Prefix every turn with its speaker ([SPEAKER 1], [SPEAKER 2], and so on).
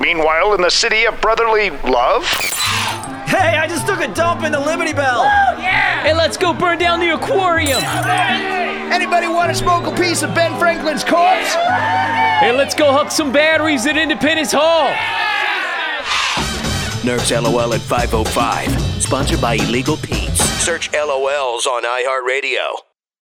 [SPEAKER 1] Meanwhile, in the city of brotherly love,
[SPEAKER 2] Hey, I just took a dump in the Liberty Bell.
[SPEAKER 3] Hey, let's go burn down the aquarium.
[SPEAKER 4] Anybody want to smoke a piece of Ben Franklin's corpse?
[SPEAKER 3] Hey, let's go hook some batteries at Independence Hall.
[SPEAKER 5] Nerf's LOL at 505. Sponsored by Illegal Pete's. Search LOLs on iHeartRadio.